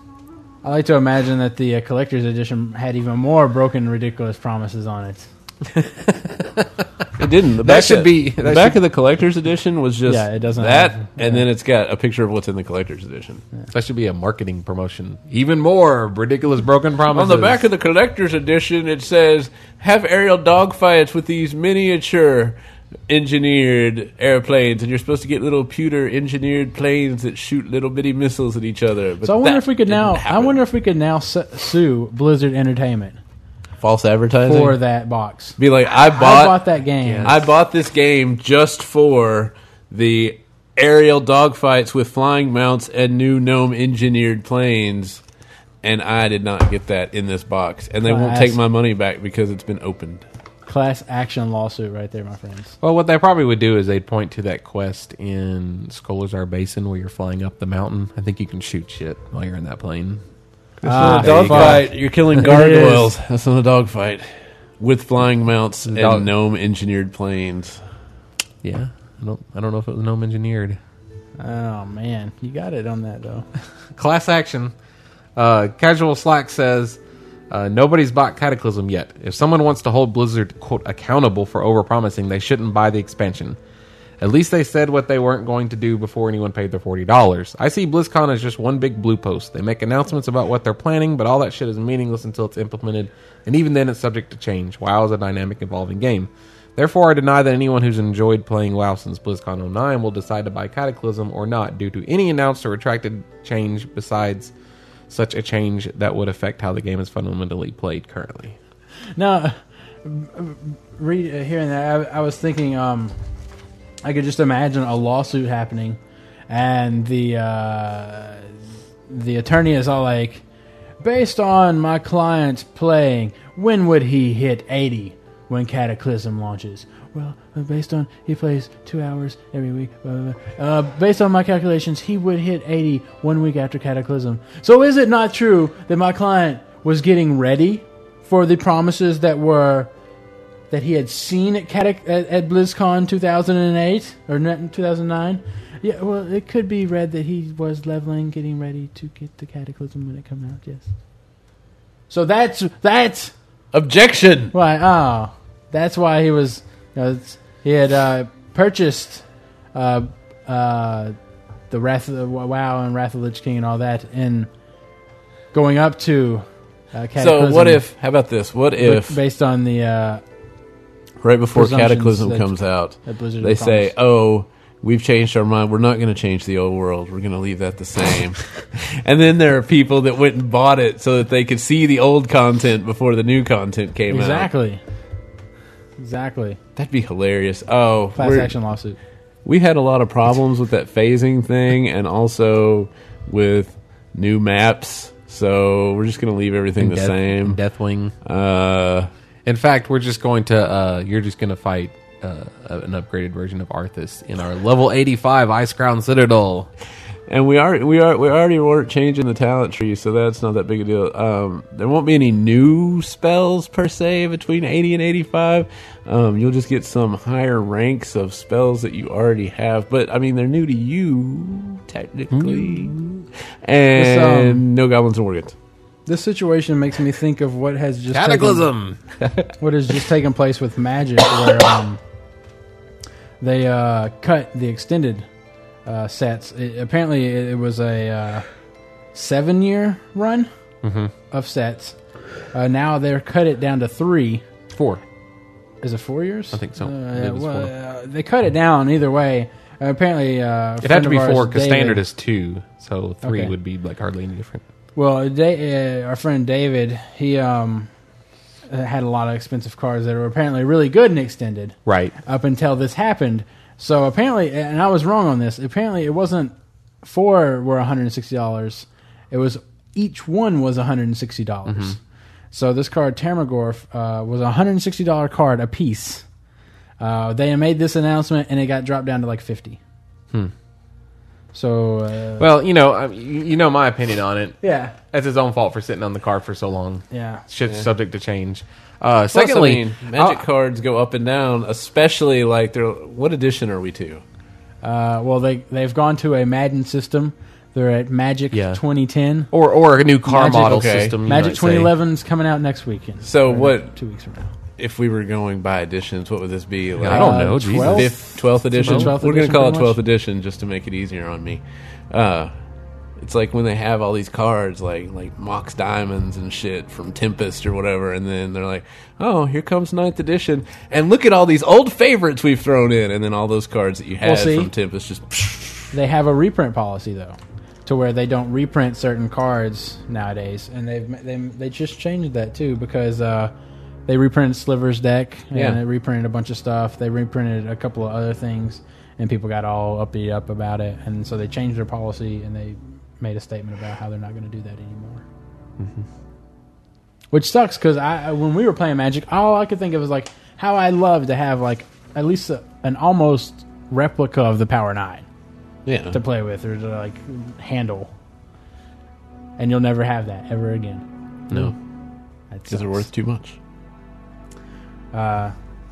I like to imagine that the uh, collector's edition had even more broken, ridiculous promises on it. It didn't. The That back should of- be- the that back should- of the collector's edition was just Yeah, it doesn't that, have- and then it's got a picture of what's in the collector's edition. That should be a marketing promotion. Even more ridiculous broken On promises. the back of the collector's edition, it says have aerial dogfights with these miniature engineered airplanes, and you're supposed to get little pewter engineered planes that shoot little bitty missiles at each other. But So I wonder that if we could didn't now. I happen. wonder if we could now su- sue Blizzard Entertainment false advertising for that box. Be like, I I bought, bought that game. I bought this game just for the aerial dogfights with flying mounts and new gnome engineered planes, and I did not get that in this box, and they won't Class. take my money back because it's been opened. Class action lawsuit, right there, my friends. well, what they probably would do is they'd point to that quest in Skolazar Basin where you're flying up the mountain. I think you can shoot shit while you're in that plane. Ah, there you go. Dogfight, you're killing gargoyles. That's not a dogfight. With flying mounts and Dog- gnome engineered planes. Yeah, I don't. I don't know if it was gnome engineered. Oh man, you got it on that though. Class action. Uh, Casual Slack says uh, nobody's bought Cataclysm yet. If someone wants to hold Blizzard quote accountable for overpromising, they shouldn't buy the expansion. At least they said what they weren't going to do before anyone paid their forty dollars. I see BlizzCon as just one big blue post. They make announcements about what they're planning, but all that shit is meaningless until it's implemented, and even then, it's subject to change. WoW is a dynamic, evolving game. Therefore, I deny that anyone who's enjoyed playing WoW since BlizzCon 09 will decide to buy Cataclysm or not due to any announced or retracted change besides such a change that would affect how the game is fundamentally played currently. No, uh, read uh, hearing that, I, I was thinking, um, I could just imagine a lawsuit happening, and the uh, the attorney is all like, based on my client's playing, when would he hit eighty when Cataclysm launches? Well, uh, based on he plays two hours every week. Blah, blah, blah. Uh, based on my calculations, he would hit 80 one week after Cataclysm. So is it not true that my client was getting ready for the promises that were that he had seen at, Catac- at, at BlizzCon 2008 or n- 2009. Yeah, well, it could be read that he was leveling, getting ready to get the Cataclysm when it come out. Yes. So that's that's Objection! why. Oh, that's why he was. You know, it's- he had uh, purchased uh, uh, the Wrath of the WoW and Wrath of the Lich King and all that, and going up to. Uh, So, Cataclysm what if, how about this? What if, based on the uh, right before presumptions Cataclysm that- comes out, that Blizzard they say, promised. "Oh, we've changed our mind. We're not going to change the old world. We're going to leave that the same." and then there are people that went and bought it so that they could see the old content before the new content came out. exactly, exactly, That'd be hilarious. Oh, class we're- action lawsuit. we had a lot of problems with that phasing thing, and also with new maps. So we're just going to leave everything the same. Deathwing. Uh, In fact, we're just going to. Uh, you're just going to fight uh, an upgraded version of Arthas in our level 85 Ice Crown Citadel. And we are we are we already weren't changing the talent tree, so that's not that big a deal. Um, there won't be any new spells per se between eighty and eighty-five. Um, you'll just get some higher ranks of spells that you already have, but I mean they're new to you technically. And It's, um, no goblins and organs. This situation makes me think of what has just Cataclysm. Taken, what has just taken place with Magic, where um, they uh, cut the extended uh, sets. It, apparently, it, it was a uh, seven-year run Mm-hmm. of sets. Uh, now they're cut it down to three. Four. Is it four years? I think so. Uh, I yeah, believe it's well, uh, they cut it down either way. Uh, apparently, uh, It had to be four because standard is two, so three Okay. would be like hardly any different. Well, Da- uh, our friend David, he um, uh, had a lot of expensive cars that were apparently really good and extended Right. up until this happened. So apparently, and I was wrong on this. Apparently, it wasn't four were one hundred and sixty dollars. It was each one was one hundred and sixty dollars. So this card Tamagorf uh, was a one hundred and sixty dollar card a piece. Uh, they made this announcement and it got dropped down to like fifty. Hmm. So uh, Well, you know, I, you you know my opinion on it. yeah, That's his own fault for sitting on the car for so long. yeah. Shit's subject to change. Uh, Plus, secondly, uh, I mean, uh, magic I'll- cards go up and down, especially like they're. What edition are we to? Uh, well, they they've gone to a Madden system. They're at Magic Yeah. 2010. or or a new car Magic- model okay. system. you Magic might say. 2011 is coming out next weekend. Mm, So Or what- Two weeks from now. If we were going by editions, what would this be? Like, I don't Uh, know. Jesus. 12? Fifth, twelfth edition. 12th We're going edition, to call it pretty much. twelfth edition just to make it easier on me. Uh, it's like when they have all these cards, like like Mox Diamonds and shit from Tempest or whatever, and then they're like, "Oh, here comes ninth edition," and look at all these old favorites we've thrown in, and then all those cards that you had see. from Tempest just. They have a reprint policy though, to where they don't reprint certain cards nowadays, and they've ma- they they just changed that too because uh, they reprinted Sliver's deck and Yeah. they reprinted a bunch of stuff. They reprinted a couple of other things, and people got all uppy up about it, and so they changed their policy and they made a statement about how they're not going to do that anymore. Which sucks because I I- when we were playing Magic, all I could think of was like how I love to have like at least a, an almost replica of the Power Nine Yeah. to play with or to like handle. And you'll never have that ever again. No. That Is sucks. it worth too much? Uh,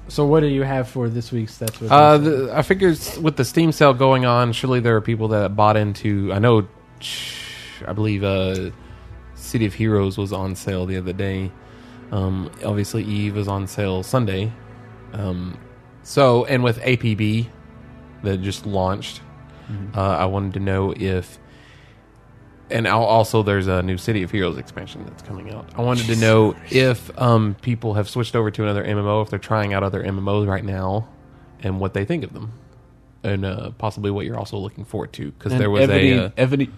so what do you have for this week's? That's what. Uh, the, I figure s- with the Steam sale going on, surely there are people that bought into. I know, ch- I believe uh, City of Heroes was on sale the other day. Um, obviously, Eve was on sale Sunday. Um, so, and with APB that just launched, uh, I wanted to know if. And I'll, also, there's a new City of Heroes expansion that's coming out. I wanted to know if um, people have switched over to another MMO, if they're trying out other MMOs right now, and what they think of them, and uh, possibly what you're also looking forward to. Because there was Ebony, a uh, Ebony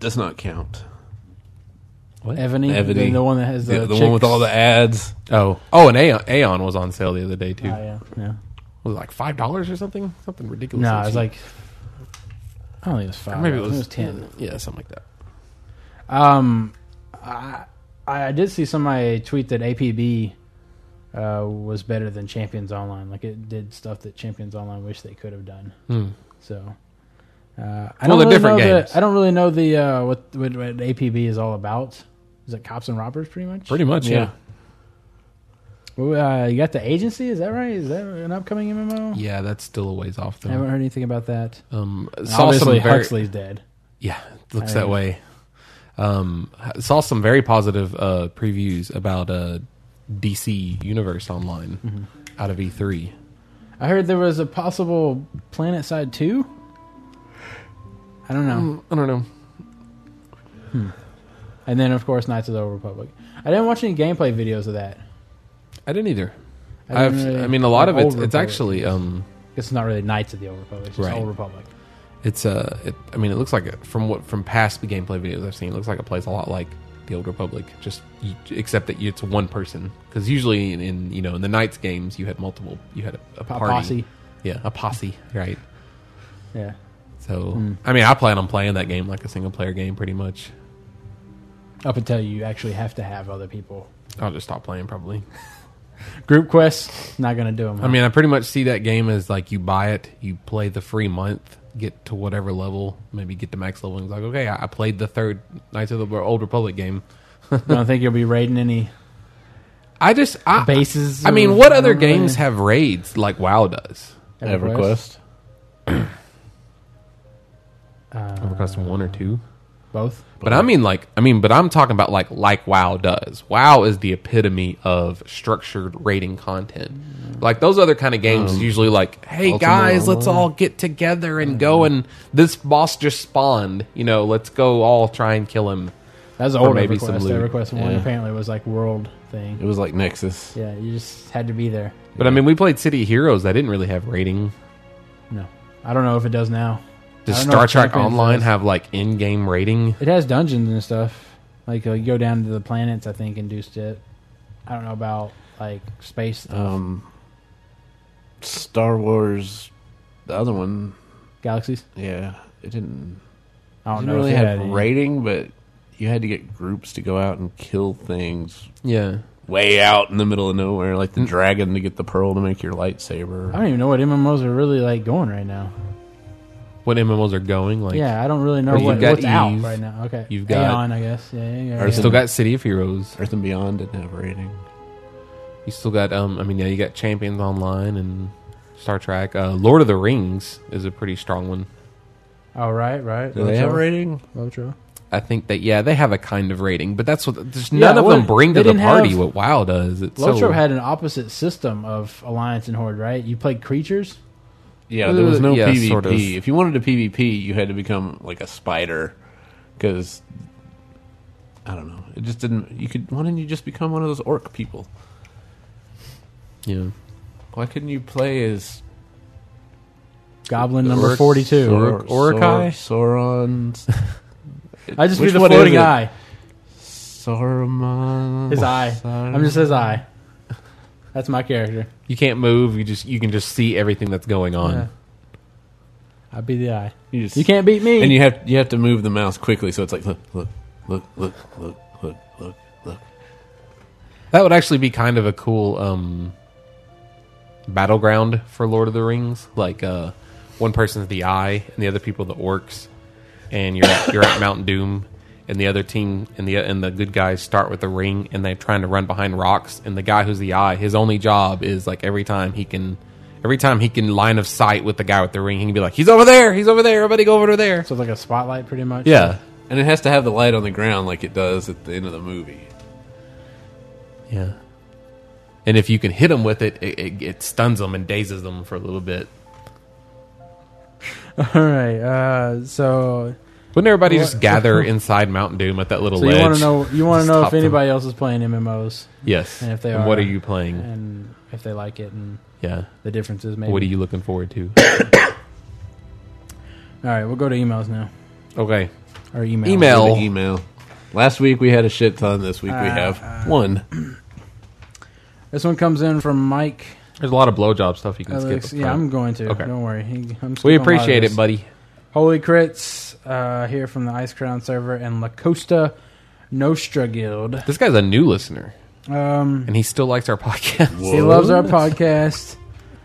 does not count. Ebony, Ebony. The, the one that has the, The, the one with chicks. all the ads. oh oh, and Aeon, Aeon was on sale the other day too. Oh, yeah, yeah. Was it like five dollars or something? Something ridiculous. No, it was cheap. like. I don't think it was five. maybe I it think was, ten. Yeah, something like that. Um, I I did see somebody tweet that APB uh, was better than Champions Online. Like it did stuff that Champions Online wish they could have done. So. Uh, Hmm. I Well, don't they're really different know games. The, I don't really know the uh, what, what what APB is all about. Is it cops and robbers, pretty much? Pretty much, yeah. Well, Uh, you got the agency, is that right? Is that an upcoming MMO? yeah, that's still a ways off I haven't though. heard anything about that. Um, saw Obviously, some very, Huxley's dead. Yeah, it looks I- that way. Um, I saw some very positive uh, previews about uh, DC Universe Online Mm-hmm. out of E E3. I heard there was a possible Planet Side two. I don't know. I don't know. And then, of course, Knights of the Old Republic. I didn't watch any gameplay videos of that. I didn't either. I I, didn't have really- I mean, a lot like of it's, Old it's Republic. actually. Um, It's not really Knights of the Old Republic. It's just Right. Old Republic. It's uh, it, I mean, it looks like it, from what from past gameplay videos I've seen, it looks like it plays a lot like the Old Republic, just you, except that it's one person. Because usually in, in you know in the Knights games you had multiple, you had a, a Po- party, posse. yeah, a posse, right? Yeah. So I mean, I plan on playing that game like a single player game, pretty much. Up until you actually have to have other people. I'll just stop playing probably. Group quests, not going to do them. I mean, I pretty much see that game as like you buy it, you play the free month, get to whatever level, maybe get to max level, and it's like, okay, I, I played the third Knights of the Old Republic game. I don't think you'll be raiding any I just I, bases. I or- mean, what I other don't really- games have raids like WoW does? EverQuest. EverQuest one or two, Both. but I mean, like, I mean, but I'm talking about like like WoW does. WoW is the epitome of structured raiding content. Like those other kind of games, Um, usually like, hey guys, let's all get together and go and this boss just spawned. You know, let's go all try and kill him. That was old maybe EverQuest. some loot. EverQuest 1 Yeah. apparently was like world It thing. was like Nexus. Yeah, you just had to be there. But I mean, we played City of Heroes. That didn't really have raiding. No. I don't know if it does now. Does I don't know Star if Trek Champions Online does. have like in-game raiding? It has dungeons and stuff. Like uh, you go down to the planets, I think, and do shit. I don't know about like space. stuff. Um, Star Wars, the other one, galaxies. yeah, it didn't, I don't didn't know. if really it have had any. rating, but you had to get groups to go out and kill things Yeah. way out in the middle of nowhere, like the dragon to get the pearl to make your lightsaber. Mm. I don't even know what MMOs are really like going right now. What MMOs are going? Like, yeah, I don't really know Well, you've what, got what's out Eve. right now. Okay, You've got- Aeon, I guess. Yeah, yeah, yeah. You still got City of Heroes. Earth and Beyond didn't have rating. You still got um. I mean, yeah, you got Champions Online and Star Trek. Uh, Lord of the Rings is a pretty strong one. Oh right, right. Do they have rating? Lotro. I think that yeah, they have a kind of rating, but that's what there's Yeah, none of what- them bring they to the didn't party have- what WoW does. It's Lotro so, had an opposite system of Alliance and Horde, right? You played creatures. Yeah, there was Uh, no yeah, PvP. sort of. If you wanted to PvP, you had to become like a spider because I don't know. It just didn't. You could. Why didn't you just become one of those orc people? yeah. Why couldn't you play as Goblin number Orcs. forty-two. Or- Orokai? Sor- Sauron's I just Which read the one is floating it? eye. Saruman. His eye. I'm just his eye. That's my character. You can't move. You just you can just see everything that's going on. Yeah. I'd be the eye. You, just, You can't beat me. And you have you have to move the mouse quickly, so it's like look, look, look, look, look, look, look, look. That would actually be kind of a cool um, battleground for Lord of the Rings. Like uh, one person's the Eye, and the other people the orcs, and you're at, you're at Mount Doom, and the other team and the and the good guys start with the ring, and they're trying to run behind rocks, and the guy who's the Eye, his only job is like every time he can. Every time he can line of sight with the guy with the ring, he can be like, "He's over there! He's over there! Everybody go over there!" so it's like a spotlight, pretty much. Yeah, And it has to have the light on the ground like it does at the end of the movie. Yeah. And if you can hit them with it, it, it, it stuns them and dazes them for a little bit. All right. Uh, so, Wouldn't everybody What- just gather inside Mount Doom at that little so ledge? you want to know? You want Just to know top if them. anybody else is playing MMOs Yes. And if they what are- are you playing? and if they like it and Yeah. the differences. Maybe. What are you looking forward to? All right, we'll go to emails now. okay. Or email. Email. The email. Last week we had a shit ton. This week we have one. This one comes in from Mike. There's a lot of blowjob stuff you can Alex. skip. Yeah, I'm going to. Okay. Don't worry. He- I'm we skipping a lot of appreciate this. it, buddy. Holy Crits uh, here from the Ice Crown server and La Costa Nostra Guild. This guy's a new listener, Um, and he still likes our podcast. he loves our podcast.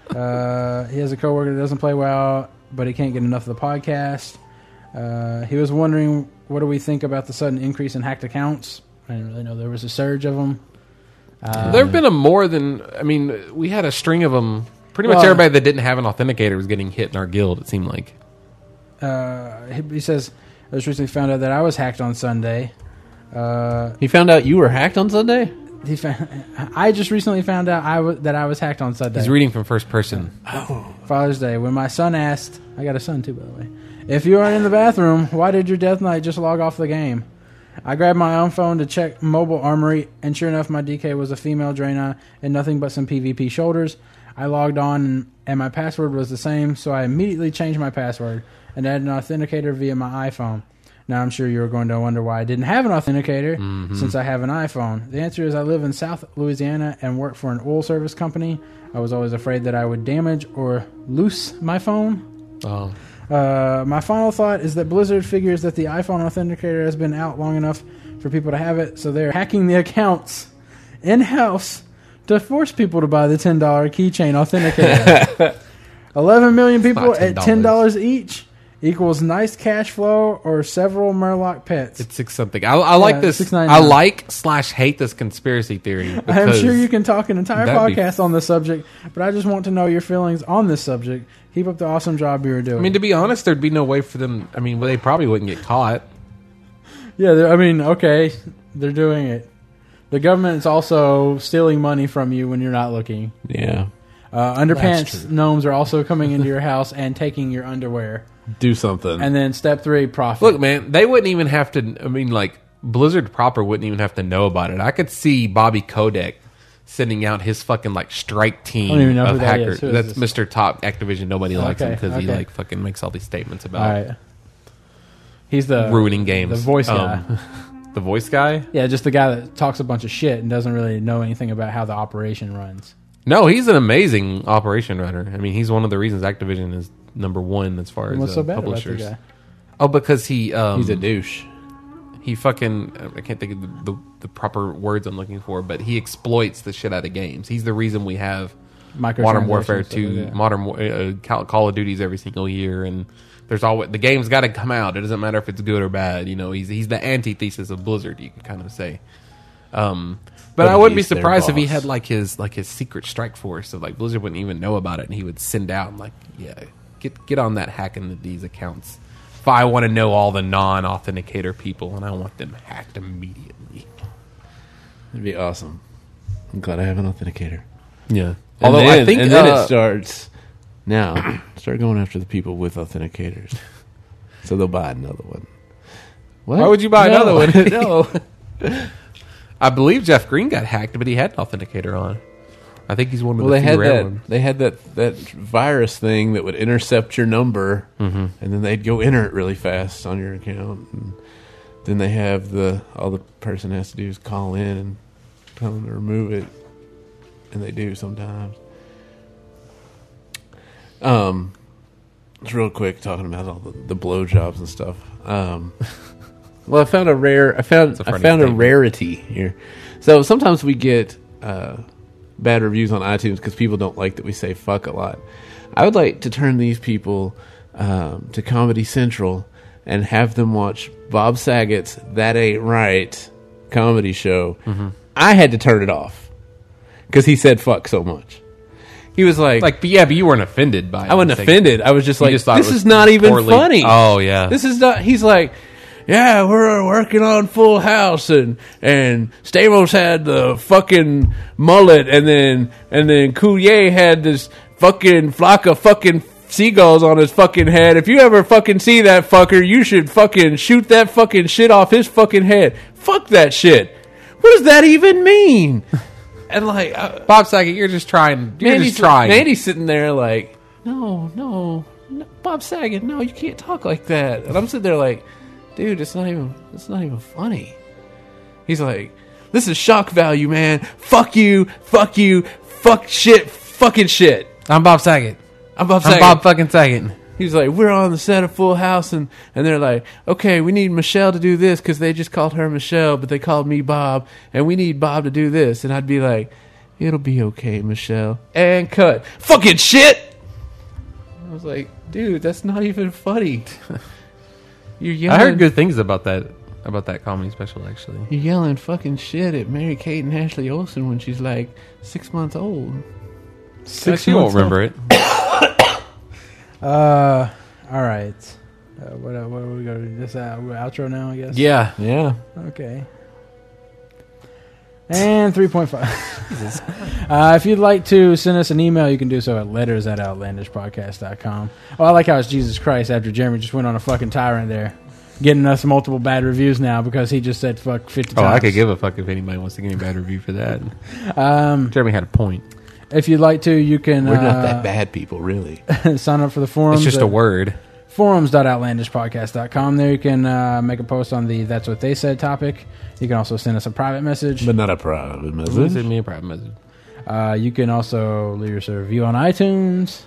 Uh, he has a coworker that doesn't play WoW, but he can't get enough of the podcast. Uh, he was wondering, what do we think about the sudden increase in hacked accounts? I didn't really know there was a surge of them. there have been a more than, I mean, we had a string of them. Pretty much Well- everybody that didn't have an authenticator was getting hit in our guild, it seemed like. Uh, he, he says, I just recently found out that I was hacked on Sunday. Uh, He found out you were hacked on Sunday. he found, I just recently found out I w- that I was hacked on Sunday. He's reading from first person. Father's Day when my son asked, I got a son too, by the way, if you aren't in the bathroom, why did your Death Knight just log off the game? I grabbed my own phone to check mobile armory, and sure enough, my DK was a female Draena and nothing but some PvP shoulders. I logged on, and my password was the same, so I immediately changed my password and added an authenticator via my iPhone. Now, I'm sure you're going to wonder why I didn't have an authenticator since I have an iPhone. The answer is I live in South Louisiana and work for an oil service company. I was always afraid that I would damage or loose my phone. Oh. Uh, my final thought is that Blizzard figures that the iPhone authenticator has been out long enough for people to have it, so they're hacking the accounts in house to force people to buy the $10 keychain authenticator. 11 million people not at $10. $10 each equals nice cash flow or several Murloc pets. It's six something. I, I like Yeah, this. six nine I nine. like slash hate this conspiracy theory. I am because sure you can talk an entire that'd be- podcast on this subject, but I just want to know your feelings on this subject. Keep up the awesome job you're doing. I mean, to be honest, there'd be no way for them. I mean, well, they probably wouldn't get caught. Yeah, they're- I mean, okay, they're doing it. The government's also stealing money from you when you're not looking. Yeah. Uh, underpants gnomes are also coming into your house and taking your underwear. Do something. And then step three, profit. Look, man, they wouldn't even have to. I mean, like Blizzard proper wouldn't even have to know about it. I could see Bobby Kodak sending out his fucking like strike team I don't even know of who that hackers. is. Who is That's Mr. Top Activision. Nobody likes him Okay, because he okay. like fucking makes all these statements all about right. He's the ruining games, the voice Um, guy. The voice guy? Yeah, just the guy that talks a bunch of shit and doesn't really know anything about how the operation runs. No, he's an amazing operation runner. I mean, he's one of the reasons Activision is number one as far as What's uh, so bad about the publishers. guy? Oh, because he um, He's a douche. he fucking I can't think of the, the, the proper words I'm looking for, but he exploits the shit out of games. He's the reason we have Modern Microtransactions, Warfare stuff Two, like that. Modern Wa- uh, Call, Call of Duties every single year, and there's always the game's got to come out. It doesn't matter if it's good or bad. You know, he's he's the antithesis of Blizzard. You could kind of say. Um, but, But I wouldn't be he's their surprised if he boss. had like his like his secret strike force of like Blizzard wouldn't even know about it, and he would send out like, yeah, get get on that hacking the, these accounts. If I want to know all the non-authenticator people, and I want them hacked immediately. It'd be awesome. I'm glad I have an authenticator. Yeah. Although Although and then, I think and then uh, it starts now. Start going after the people with authenticators, so they'll buy another one. What? Why would you buy No. another one? no, I believe Jeff Green got hacked, but he had an authenticator on. I think he's one of well the they few had rare that. ones. They had that that virus thing that would intercept your number, Mm-hmm. and then they'd go enter it really fast on your account. And then they have the all the person has to do is call in and tell them to remove it, and they do sometimes. Um, just real quick talking about all the, the blowjobs and stuff. Um, well, I found a rare. I found a I funny found a statement. rarity here. So sometimes we get uh, bad reviews on iTunes because people don't like that we say fuck a lot. I would like to turn these people um, to Comedy Central and have them watch Bob Saget's "That Ain't Right" comedy show. Mm-hmm. I had to turn it off because he said fuck so much. He was like, Like, but yeah, but you weren't offended by it. I wasn't I'm thinking. offended. I was just You like, just thought this it was is not even poorly- funny. Oh, yeah. this is not. He's like, yeah, we're working on Full House, and and Stamos had the fucking mullet, and then and then Coulier had this fucking flock of fucking seagulls on his fucking head. If you ever fucking see that fucker, you should fucking shoot that fucking shit off his fucking head. Fuck that shit. What does that even mean? And like, I, Bob Saget, you're just trying. You're Mandy's just trying. Mandy's sitting there like, no, no, no, Bob Saget, no, you can't talk like that. And I'm sitting there like, dude, it's not even, it's not even funny. He's like, this is shock value, man. Fuck you, fuck you, fuck shit, fucking shit. I'm Bob Saget. I'm Bob I'm Saget. Bob fucking Saget. He's like, we're on the set of Full House, and, and they're like, okay, we need Michelle to do this because they just called her Michelle, but they called me Bob, and we need Bob to do this. And I'd be like, it'll be okay, Michelle. And cut. Fucking shit! I was like, dude, that's not even funny. You're I yelling, heard good things about that about that comedy special. Actually, you're yelling fucking shit at Mary Kate and Ashley Olsen when she's like six months old. Six you won't remember it. Uh, all right. Uh, what, uh, what are we going to do? This uh, we're outro now, I guess? Yeah, Yeah. Okay. And 3.5. uh, if you'd like to send us an email, you can do so at letters at outlandishpodcast.com. Oh, I like how it's Jesus Christ after Jeremy just went on a fucking tyrant there, getting us multiple bad reviews now because he just said fuck 50 Oh, times. I could give a fuck if anybody wants to give me a bad review for that. Um, Jeremy had a point. if you'd like to, you can We're uh, not that bad people, really. bad. sign up for the forums. It's just at- a word. forums.outlandishpodcast.com. There you can uh, make a post on the That's What They Said topic. You can also send us a private message. not a private Send me a private message. Uh, you can also leave us a review on iTunes.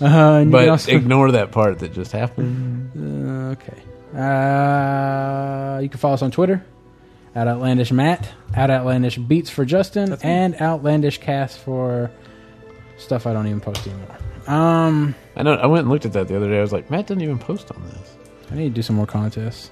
Uh, and you can But also, ignore that part that just happened. uh, okay. Uh, you can follow us on Twitter at Outlandish Matt, at Outlandish Beats for Justin, and Outlandish Cast for stuff I don't even post anymore. Um, I know. I went and looked at that the other day. I was like, Matt doesn't even post on this. I need to do some more contests.